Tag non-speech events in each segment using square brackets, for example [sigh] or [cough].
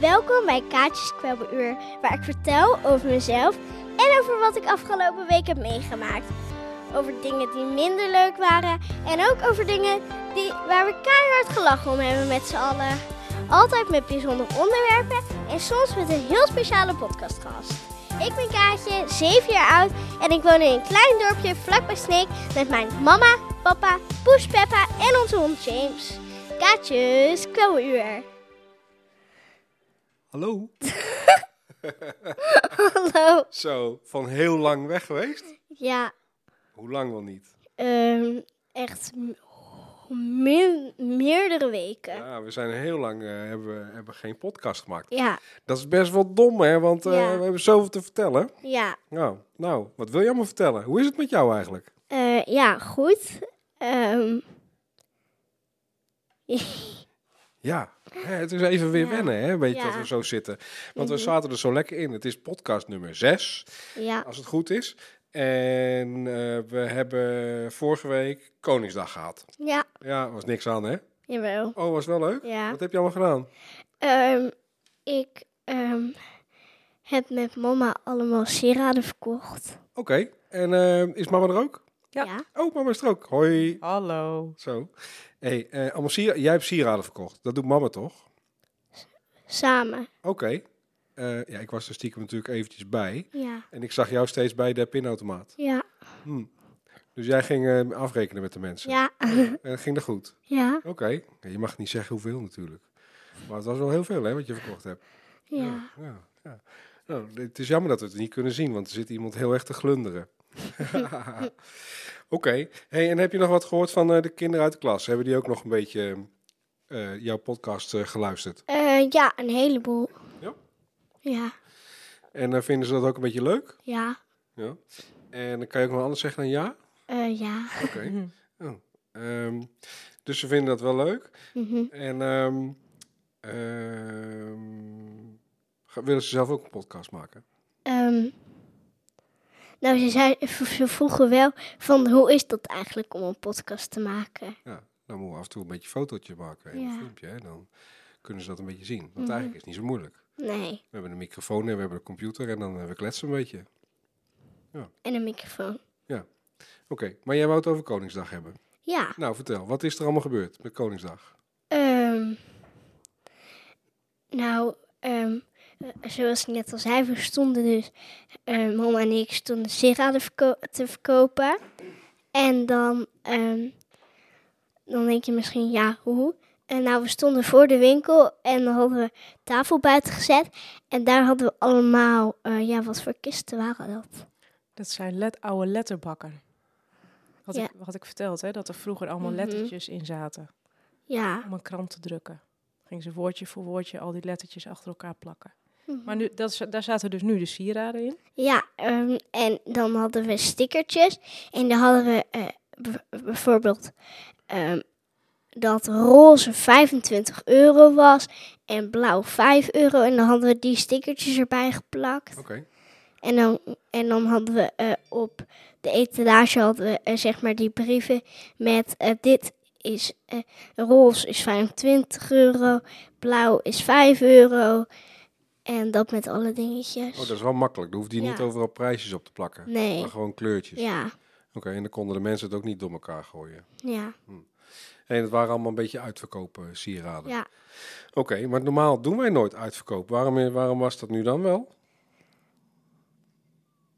Welkom bij Kaatjes Kwebbeluur, waar ik vertel over mezelf en over wat ik afgelopen week heb meegemaakt. Over dingen die minder leuk waren en ook over dingen die, waar we keihard gelachen om hebben met z'n allen. Altijd met bijzondere onderwerpen en soms met een heel speciale podcastgast. Ik ben Kaatje, 7 jaar oud en ik woon in een klein dorpje vlakbij Sneek met mijn mama, papa, poes Peppa en onze hond James. Kaatjes Kwebbeluur. Hallo. Hallo. Zo, van heel lang weg geweest? Ja, Hoe lang wel niet? Ehm, echt m- me- meerdere weken. Ja. Ja, we zijn heel lang eh, hebben, we- hebben geen podcast gemaakt. ja, Dat is best wel dom, hè? Want eh, Ja. we hebben zoveel te vertellen. Nou, nou, wat wil je allemaal vertellen? Hoe is het met jou eigenlijk? Eh, ja, goed. Ehm, Ja, hè, het is even weer Ja. wennen, hè? Een beetje Ja. dat we zo zitten. Want we Mhm. zaten er zo lekker in. Het is podcast nummer 6, ja, als het goed is. En eh, we hebben vorige week Koningsdag gehad. ja, Ja, was niks aan, hè? jawel. Oh, was wel leuk. Ja. Wat heb je allemaal gedaan? Ehm, ik ehm, heb met mama allemaal sieraden verkocht. Oké, en eh, is mama er ook? Ja. Ja, Oh, mama is er ook. Hoi. Hallo. Zo. hey, eh, allemaal sier- jij hebt sieraden verkocht. Dat doet mama toch? samen. Oké. Eh, ja, ik was er stiekem natuurlijk eventjes bij. Ja, En ik zag jou steeds bij de pinautomaat. ja, Dus jij ging eh, afrekenen met de mensen. ja, En dat ging dat goed? ja, Oké. Ja, je mag niet zeggen hoeveel natuurlijk. Maar het was wel heel veel hè, wat je verkocht hebt. ja. Oh, ja, ja. Nou, het is jammer dat we het niet kunnen zien, want er zit iemand heel erg te glunderen. [laughs] Oké. Hey, en heb je nog wat gehoord van eh, de kinderen uit de klas? Hebben die ook nog een beetje eh, jouw podcast eh, geluisterd? Eh, ja, een heleboel. Ja? Ja, En eh, vinden ze dat ook een beetje leuk? ja, Ja. En dan kan je ook nog anders zeggen dan ja? eh, ja. Oké. Oh. Ehm, dus ze vinden dat wel leuk. Mhm. En ehm, ehm, ga- willen ze zelf ook een podcast maken? Ehm, nou, ze, zei, ze vroegen wel van hoe is dat eigenlijk om een podcast te maken? Ja, dan moeten we af en toe een beetje fotootje maken en Ja. Mhm. een filmpje. Hè? Dan kunnen ze dat een beetje zien. Want eigenlijk is het niet zo moeilijk. Nee, We hebben een microfoon en we hebben een computer en dan eh, we kletsen een beetje. Oké, en een microfoon. maar jij wou het over Koningsdag hebben. Ja, Nou, vertel, wat is er allemaal gebeurd met Koningsdag? ehm, nou, ehm, eh, zoals ik net al zei, we stonden dus, eh, mama en ik stonden sieraden verko- te verkopen. En dan, ehm, dan denk je misschien, ja, hoe? En nou, we stonden voor de winkel en dan hadden we tafel buiten gezet. En daar hadden we allemaal, eh, ja, wat voor kisten waren dat? Dat zijn let, oude letterbakken. Had, Ja. ik, had ik verteld, hè, dat er vroeger allemaal Mhm. lettertjes in zaten. Ja, Om een krant te drukken. Gingen ze woordje voor woordje al die lettertjes achter elkaar plakken. Mhm. Maar nu, dat, is- daar zaten dus nu de sieraden in. ja ehm, en dan hadden we stickertjes. En dan hadden we eh, b- bijvoorbeeld ehm, dat roze 25 euro was en blauw 5 euro. En dan hadden we die stickertjes erbij geplakt. Oké, En dan, en dan hadden we eh, op de etalage hadden we, eh, zeg maar die brieven met eh, dit is eh, roze is 25 euro, blauw is 5 euro. En dat met alle dingetjes. oh, dat is wel makkelijk. Dan hoeft hij Ja. niet overal prijsjes op te plakken. Nee. Maar gewoon kleurtjes. Ja, Oké, en dan konden de mensen het ook niet door elkaar gooien. ja, En het waren allemaal een beetje uitverkopen sieraden. ja. Oké, maar normaal doen wij nooit uitverkoop. Waarom, eh, waarom was dat nu dan wel?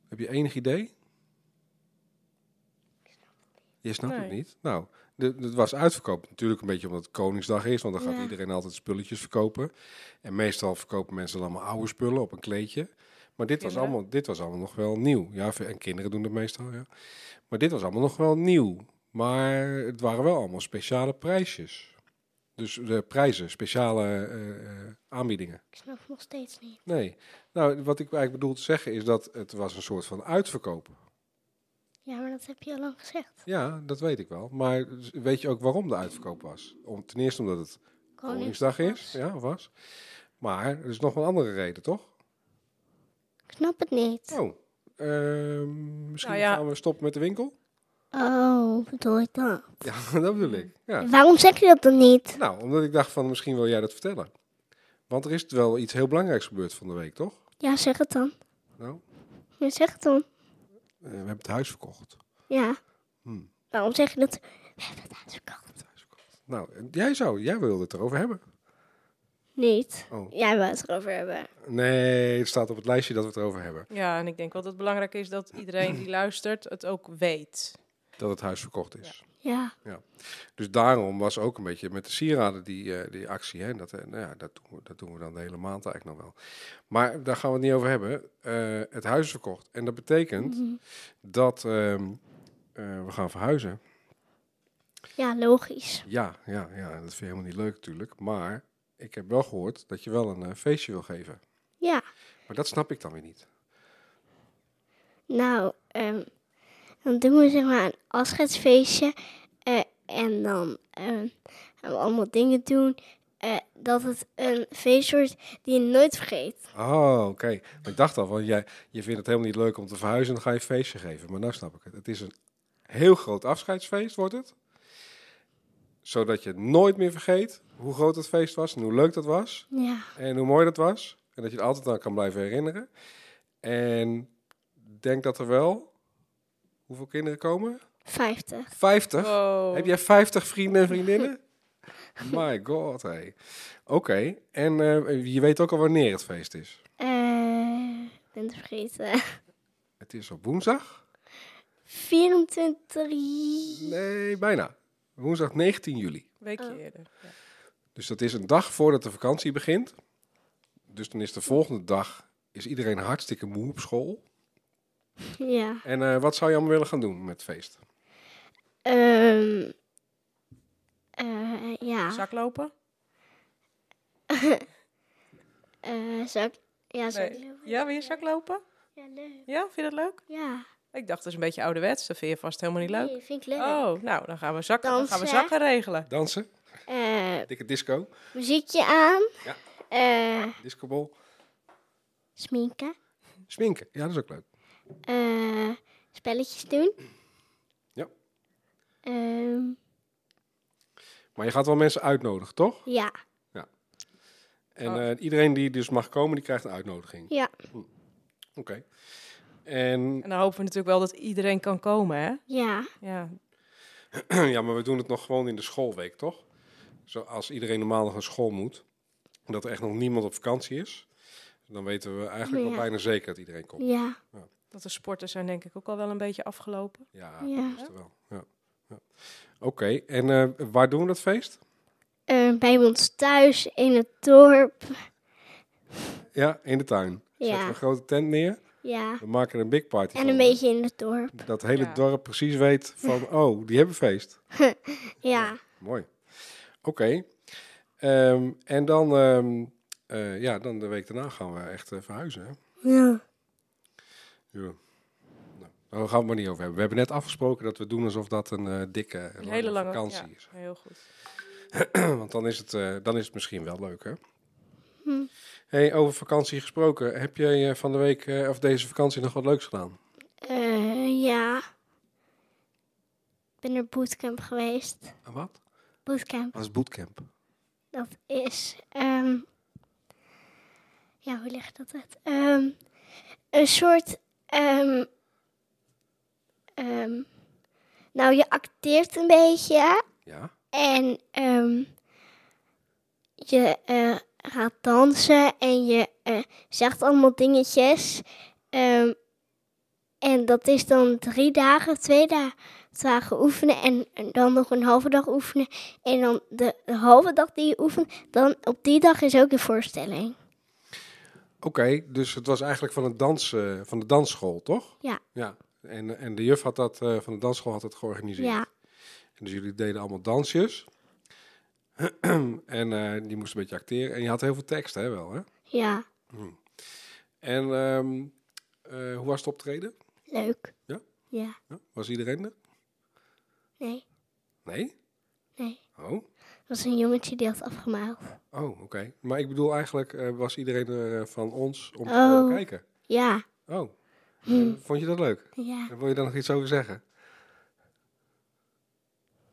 Heb je enig idee? Je snapt het Nee. niet? Nou, de- het was uitverkoop. Natuurlijk een beetje omdat het Koningsdag is, want dan gaat Ja. iedereen altijd spulletjes verkopen. En meestal verkopen mensen dan allemaal oude spullen op een kleedje. Maar dit was, Kinderen. allemaal, dit was allemaal nog wel nieuw. Ja, en kinderen doen dat meestal, ja. Maar dit was allemaal nog wel nieuw. Maar het waren wel allemaal speciale prijsjes. Dus de prijzen, speciale eh, eh, aanbiedingen. Ik snap het nog steeds niet. Nee. Nou, wat ik eigenlijk bedoel te zeggen is dat het was een soort van uitverkoop. Ja, maar dat heb je al lang gezegd. Ja, dat weet ik wel. Maar weet je ook waarom de uitverkoop was? Om, ten eerste omdat het Koningsdag is, ja, was. Maar er is nog wel een andere reden, toch? Ik snap het niet. Oh, ehm, misschien Nou ja. gaan we stoppen met de winkel? Oh, bedoel ik dat? Ja, [laughs] dat bedoel ik. Ja. Waarom zeg je dat dan niet? Nou, omdat ik dacht van misschien wil jij dat vertellen. Want er is wel iets heel belangrijks gebeurd van de week, toch? Ja, zeg het dan. Nou, Ja, zeg het dan. eh, we hebben het huis verkocht. Ja. Hmm. Waarom zeg je dat? We hebben het uitverkocht. Het huis verkocht. Nou, eh, jij zou, jij wilde het erover hebben. Niet. Oh. Jij wil het erover hebben. Nee, het staat op het lijstje dat we het erover hebben. Ja, en ik denk wel dat het belangrijk is dat iedereen die luistert het ook weet. Dat het huis verkocht is. Ja. Dus daarom was ook een beetje met de sieraden die, eh, die actie. Hè? Dat, eh, nou ja, dat, doen we, dat doen we dan de hele maand eigenlijk nog wel. Maar daar gaan we het niet over hebben. Eh, het huis is verkocht. En dat betekent dat ehm, eh, we gaan verhuizen. Ja, logisch. Ja, ja, ja, dat vind je helemaal niet leuk natuurlijk. Maar ik heb wel gehoord dat je wel een eh, feestje wil geven. Ja. Maar dat snap ik dan weer niet. Nou, ehm, dan doen we zeg maar een afscheidsfeestje. eh, en dan ehm, gaan we allemaal dingen doen. eh, dat het een feest wordt die je nooit vergeet. Oh, oké. Maar ik dacht al, want jij, je vindt het helemaal niet leuk om te verhuizen en dan ga je een feestje geven. Maar nou snap ik het. Het is een heel groot afscheidsfeest, wordt het. Zodat je nooit meer vergeet hoe groot het feest was en hoe leuk dat was. Ja. En hoe mooi dat was. En dat je er altijd aan kan blijven herinneren. En ik denk dat er wel... Hoeveel kinderen komen? 50. 50? Wow. Heb jij 50 vrienden en vriendinnen? My god, hey. Oké, en eh, je weet ook al wanneer het feest is. Eh, ik ben het vergeten. [laughs] Het is op woensdag. 24 Nee, bijna. Woensdag 19 juli. Weekje Oh. eerder. Ja. Dus dat is een dag voordat de vakantie begint. Dus dan is de volgende dag is iedereen hartstikke moe op school. Ja. En eh, wat zou je allemaal willen gaan doen met het feest? Ehm eh, ja. Ah. Zaklopen? Eh, zou ik... Ja, zou ik Nee. lopen? Ja, wil je zaklopen? Ja, leuk. Ja, vind je dat leuk? Ja. Ik dacht, dat is een beetje ouderwets. Dat vind je vast helemaal niet leuk. Nee, vind ik leuk. Oh, nou, dan gaan we zakken, dan gaan we Dansen. zakken regelen. Dansen, Eh, dikke disco, muziekje aan. Ja. Eh, discobol, sminken. sminken. Ja, dat is ook leuk. Eh, spelletjes doen. Ja. Ehm, Maar je gaat wel mensen uitnodigen, toch? ja. En Oh. eh, iedereen die dus mag komen, die krijgt een uitnodiging. Ja. Oké. En En dan hopen we natuurlijk wel dat iedereen kan komen, hè? Ja. Ja, [laughs] Ja, maar we doen het nog gewoon in de schoolweek, toch? Zoals iedereen normaal nog naar school moet. En dat er echt nog niemand op vakantie is. Dan weten we eigenlijk wel Ja. bijna zeker dat iedereen komt. Ja. dat de sporten zijn denk ik ook al wel een beetje afgelopen. Ja, Ja. dat is er wel. Ja. Ja. Oké, en eh, waar doen we dat feest? Eh, bij ons thuis in het dorp. Ja, in de tuin. Zetten we Ja. een grote tent neer. Ja. We maken er een big party En van. een beetje in het dorp. Dat hele Ja. dorp precies weet van, oh, die hebben feest. Ja. Mooi. Oké. Ehm, en dan, ehm, eh, ja, dan de week daarna gaan we echt eh, verhuizen, hè? Ja. Ja. Nou, daar gaan we het maar niet over hebben. We hebben net afgesproken dat we doen alsof dat een eh, dikke Een lange hele lange vakantie ja, is. heel goed. Want dan is, het, eh, dan is het misschien wel leuk, hè? Hm. Hey, over vakantie gesproken. Heb jij eh, van de week eh, of deze vakantie nog wat leuks gedaan? Eh, ja. Ik ben naar bootcamp geweest. wat? Bootcamp, Als bootcamp. dat is... ehm, ja, hoe ligt dat uit? Ehm, een soort... ehm, ehm, nou, je acteert een beetje. Ja. En ehm, je eh, gaat dansen en je eh, zegt allemaal dingetjes. Ehm, en dat is dan drie dagen, twee da- dagen oefenen en dan nog een halve dag oefenen. En dan de, de halve dag die je oefent, dan op die dag is ook de voorstelling. Oké, dus het was eigenlijk van, het dans, eh, van de dansschool, toch? Ja. ja. En, en de juf had dat, eh, van de dansschool had dat georganiseerd. Ja, En dus jullie deden allemaal dansjes. [clears throat] en eh, die moesten een beetje acteren. En je had heel veel tekst, hè, wel, hè? ja, En ehm, eh, hoe was het optreden? leuk. Ja? Ja, Ja, Was iedereen er? nee, Nee? nee. Oh, Er was een jongetje die had afgemaald. oh oké. Maar ik bedoel eigenlijk, eh, was iedereen er eh, van ons om te Oh. Hm. komen kijken? Ja, Oh, Eh, vond je dat leuk? ja. En Wil je daar nog iets over zeggen?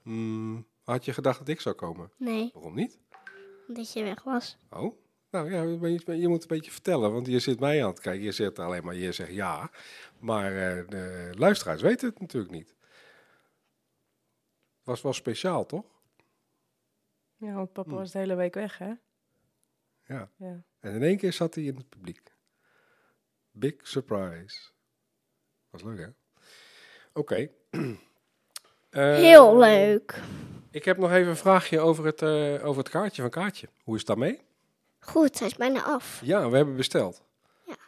Hmm, had je gedacht dat ik zou komen? Nee, Waarom niet? omdat je weg was. Oh, nou, Nou ja, maar je, je moet een beetje vertellen, want je zit mij aan het kijken. Je zegt alleen maar, je zegt ja. Maar eh, de luisteraars weten het natuurlijk niet. Was wel speciaal, toch? Ja, want papa Hm. was de hele week weg, hè? Ja. Ja. En in één keer zat hij in het publiek. Big surprise. Was leuk, hè? Oké. [clears throat] Eh, Heel leuk. Ik heb nog even een vraagje over het, eh, over het kaartje van Kaartje. Hoe is het daarmee? Goed, hij is bijna af. Ja, we hebben besteld.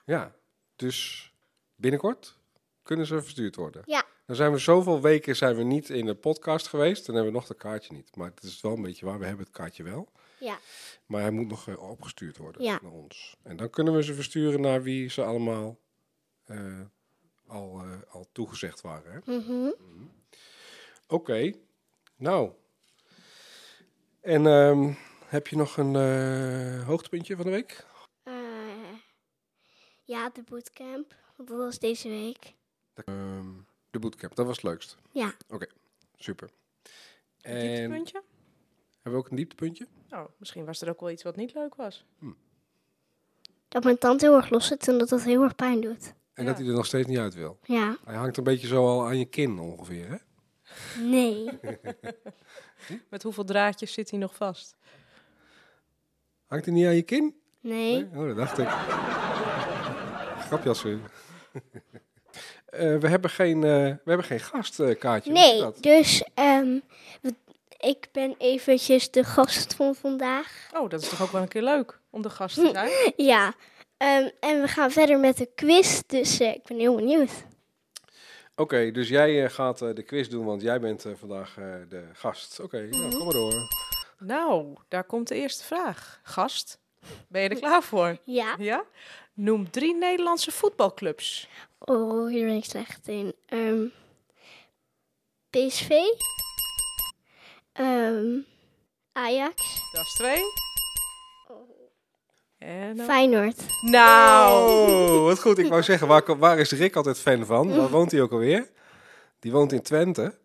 Ja. Dus binnenkort kunnen ze verstuurd worden. Ja. Dan zijn we zoveel weken zijn we niet in de podcast geweest. Dan hebben we nog dat kaartje niet. Maar het is wel een beetje waar. We hebben het kaartje wel. Ja. Maar hij moet nog eh, opgestuurd worden Ja. naar ons. En dan kunnen we ze versturen naar wie ze allemaal eh, al, eh, al toegezegd waren. hè? Mhm. Oké, nou. En ehm, heb je nog een eh, hoogtepuntje van de week? Eh, ja, de bootcamp. Dat was deze week. Ehm, de bootcamp, dat was het leukst. Ja. Oké, super. En hebben Dieptepuntje? we ook een dieptepuntje? Oh, misschien was er ook wel iets wat niet leuk was. Dat mijn tand heel erg los zit en dat dat heel erg pijn doet. En Ja. dat hij er nog steeds niet uit wil. Ja. Hij hangt een beetje zo al aan je kin ongeveer, hè? Nee. Met hoeveel draadjes zit hij nog vast? Hangt hij niet aan je kin? Nee. Oh, dat dacht ik. [laughs] Grapjas weer. [laughs] Eh, we, hebben geen, eh, we hebben geen gastkaartje. Nee. Dus ehm, we- ik ben eventjes de gast van vandaag. [laughs] Oh, dat is toch ook wel een keer leuk om de gast te zijn? Ja. Ehm, en we gaan verder met de quiz. Dus eh, ik ben heel benieuwd. Oké, dus jij eh, gaat eh, de quiz doen, want jij bent eh, vandaag eh, de gast. Oké, nou, kom maar door. Nou, daar komt de eerste vraag. Gast, ben je er klaar voor? Ja. Ja? Noem drie Nederlandse voetbalclubs. Oh, hier ben ik slecht in. Ehm, PSV. Ehm, Ajax. Dat is twee. En dan- Feyenoord. Nou, Oh, wat goed. [laughs] Ik wou zeggen, waar, waar is Rick altijd fan van? Waar woont hij ook alweer? Die woont in Twente.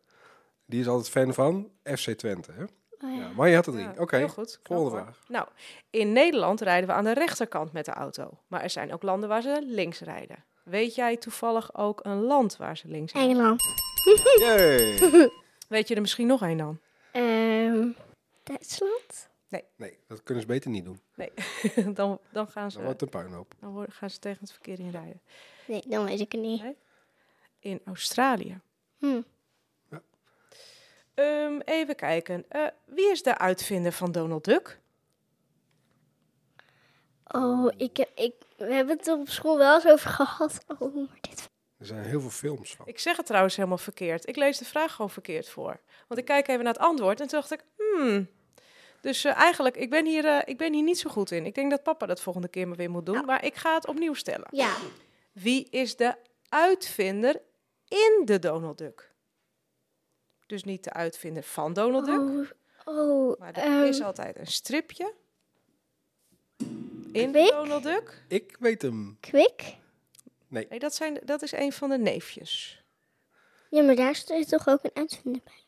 Die is altijd fan van FC Twente. Hè? Oh, Ja, maar je had er drie. Ja, Oké, heel goed. Knap, volgende hoor. vraag. Nou, in Nederland rijden we aan de rechterkant met de auto. Maar er zijn ook landen waar ze links rijden. Weet jij toevallig ook een land waar ze links rijden? Engeland. [laughs] Yay. Weet je er misschien nog één dan? [laughs] Ehm, Duitsland. Nee, dat kunnen ze beter niet doen. dan, dan, gaan Dan ze, wordt het een puinhoop. dan worden- gaan ze tegen het verkeer in rijden. Nee, dan weet ik het niet. In Australië. Hm. Ehm, even kijken. Eh, wie is de uitvinder van Donald Duck? Oh, ik, heb- ik, we hebben het er op school wel eens over gehad. Oh, maar dit... Er zijn heel veel films van. Ik zeg het trouwens helemaal verkeerd. Ik lees de vraag gewoon verkeerd voor. Want ik kijk even naar het antwoord en toen dacht ik, hmm. Dus eh, eigenlijk, ik ben, hier, eh, ik ben hier niet zo goed in. Ik denk dat papa dat volgende keer maar weer moet doen. Maar ik ga het opnieuw stellen. Ja, Wie is de uitvinder in de Donald Duck? Dus niet de uitvinder van Donald Duck. oh, oh Maar er is ehm, altijd een stripje. In Kwik? Donald Duck. Ik weet hem. kwik? Nee, dat, zijn, dat is een van de neefjes. Ja, maar daar is toch ook een uitvinder bij?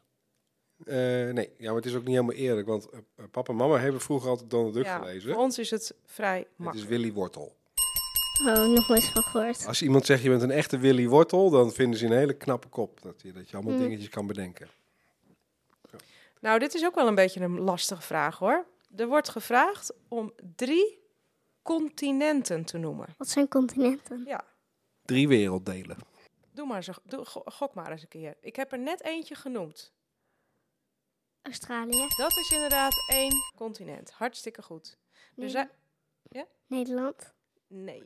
Eh, nee, ja, maar het is ook niet helemaal eerlijk. Want eh, eh, papa en mama hebben vroeger altijd Donald Duck gelezen. voor ons is het vrij Het is Oh, makkelijk. Willy Wortel. Oh, nog nooit van gehoord. Als iemand zegt je bent een echte Willy Wortel, dan vinden ze een hele knappe kop. Dat je, dat je allemaal Mm. dingetjes kan bedenken. Nou, dit is ook wel een beetje een lastige vraag hoor. Er wordt gevraagd om drie continenten te noemen. Wat zijn continenten? Ja, Drie werelddelen. doe maar zo, doe, go- gok maar eens een keer. Ik heb er net eentje genoemd. Australië, Dat is inderdaad één continent. Hartstikke goed. Nee. Dus wij- Nederland. nee.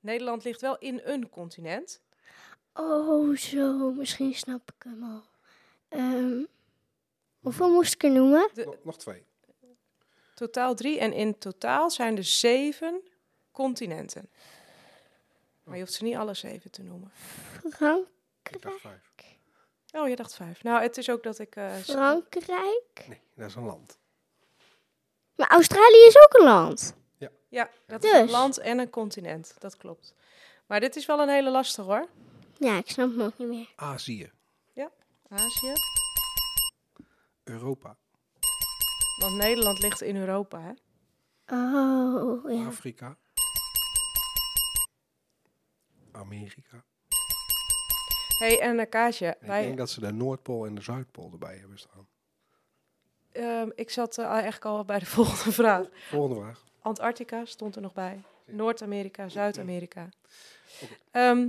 Nederland ligt wel in een continent. Oh, zo. Misschien snap ik hem al. Ehm, hoeveel moest ik er noemen? De, nog twee. totaal drie. En in totaal zijn er zeven continenten. Maar je hoeft ze niet alle zeven te noemen. Ik Frankrijk. dacht vijf. Oh, je dacht vijf. Nou, het is ook dat ik... eh, Frankrijk. Nee, dat is een land. Maar Australië is ook een land. Ja, dat is Dus. een land en een continent. Dat klopt. Maar dit is wel een hele lastige hoor. Ja, ik snap hem ook niet meer. Azië. Azië. Europa. Want Nederland ligt in Europa, hè? Oh, ja. Afrika. Amerika. hey, en eh, Kaatje, Ik wij, denk dat ze de Noordpool en de Zuidpool erbij hebben staan. ehm, ik zat eh, eigenlijk al bij de [laughs] volgende vraag. Volgende vraag. Antarctica stond er nog bij. Noord-Amerika, Zuid-Amerika. Ehm,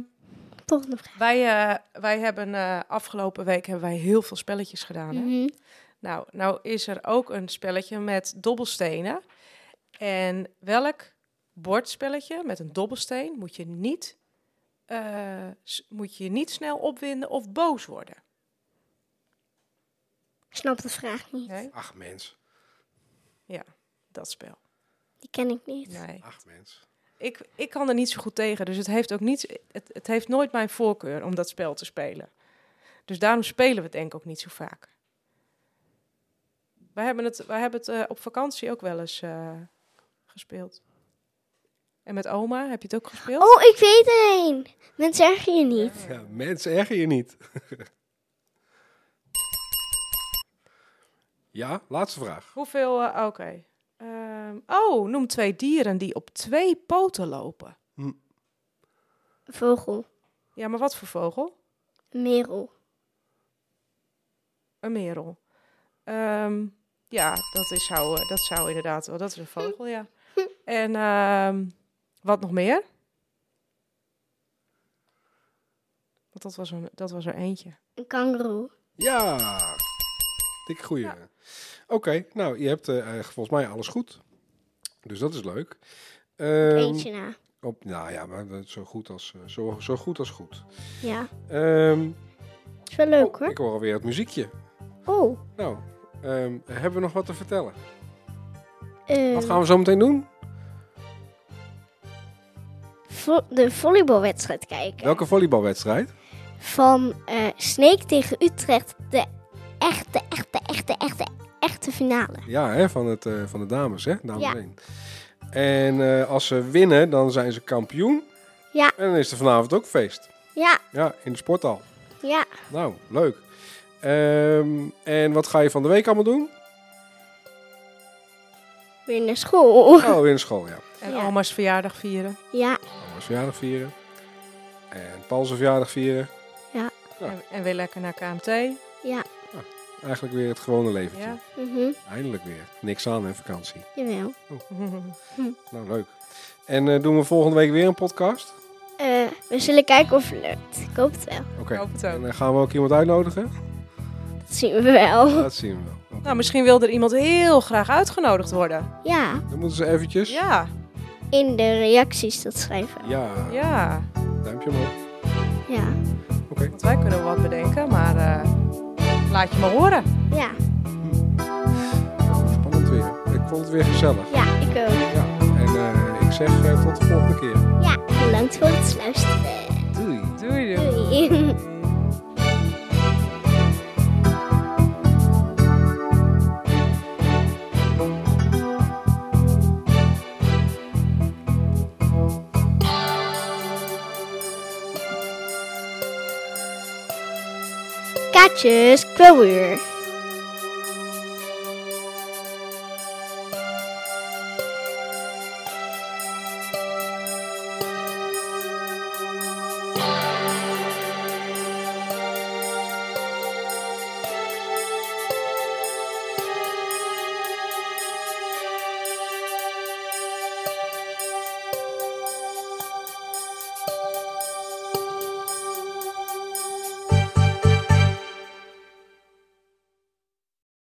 Volgende vraag. wij, eh, wij hebben eh, afgelopen week hebben wij heel veel spelletjes gedaan. Hè? Mhm. Nou, nou is er ook een spelletje met dobbelstenen. En welk bordspelletje met een dobbelsteen moet je niet, eh, s- moet je niet snel opwinden of boos worden? Ik snap de vraag niet. Nee, Ach mens. dat spel. Die ken ik niet. Nee. Ach mens. Ik, ik kan er niet zo goed tegen, dus het heeft ook niet, het, het heeft nooit mijn voorkeur om dat spel te spelen. Dus daarom spelen we het denk ik ook niet zo vaak. Wij hebben het, wij hebben het eh, op vakantie ook wel eens eh, gespeeld. En met oma, heb je het ook gespeeld? Oh, ik weet er een. Mensen erger je niet. Ja, mens erger je niet. [laughs] ja, laatste vraag. Hoeveel, eh, oké. Ehm, oh, noem twee dieren die op twee poten lopen. Vogel. Ja, maar wat voor vogel? Merel. Een merel. Ehm, ja, dat, is zou, eh, dat zou inderdaad wel. Dat is een vogel, ja. En ehm, wat nog meer? Want dat was, een, dat was er eentje. Een kangeroe. Ja. Dikke goeie. Oké, nou, je hebt eh, eigenlijk volgens mij alles goed. Dus dat is leuk. Ehm, Eentje na. op, nou ja, maar dat is zo goed als, eh, zo, zo goed, als goed. Ja. Ehm, Is wel leuk oh, hoor. Ik hoor alweer het muziekje. Oh. Nou, ehm, hebben we nog wat te vertellen? eh, Wat gaan we zo meteen doen? vo- de volleybalwedstrijd kijken. Welke volleybalwedstrijd? Van eh Sneek tegen Utrecht. De echte, echte, echte, echte, echte finale. Ja, hè, van, het, eh, van de dames, hè? Dames Ja. één. En eh, als ze winnen, dan zijn ze kampioen. Ja. En dan is er vanavond ook feest. Ja, Ja, in de sporthal. ja. Nou, leuk. Ehm, en wat ga je van de week allemaal [laughs] doen? Weer naar school. Oh, weer naar school, ja. En Ja. oma's verjaardag vieren. Ja, Oma's verjaardag vieren. En Paul's verjaardag vieren. Ja. En, en weer lekker naar KMT. ja. Eigenlijk weer het gewone leventje. Ja. Mhm. Eindelijk weer. Niks aan en vakantie. Jawel. Nou, leuk. En eh, doen we volgende week weer een podcast? Eh, we zullen kijken of het lukt. Ik hoop het wel. Oké. Ik hoop het ook. En dan gaan we ook iemand uitnodigen? [laughs] Dat zien we wel. Dat zien we wel. Oké. Nou, misschien wil er iemand heel graag uitgenodigd worden. Ja, Dan moeten ze eventjes... Ja, in de reacties dat schrijven. Ja, ja. duimpje omhoog. Ja. Oké. Want wij kunnen wat bedenken, maar eh, laat je maar horen. Ja, Nou, Spannend weer. Ik vond het weer gezellig. ja, ik ook. Ja. En eh, ik zeg eh, tot de volgende keer. Ja, bedankt voor het luisteren. Doei. Doei, doei. Doei. Kaatjes, kwelweer.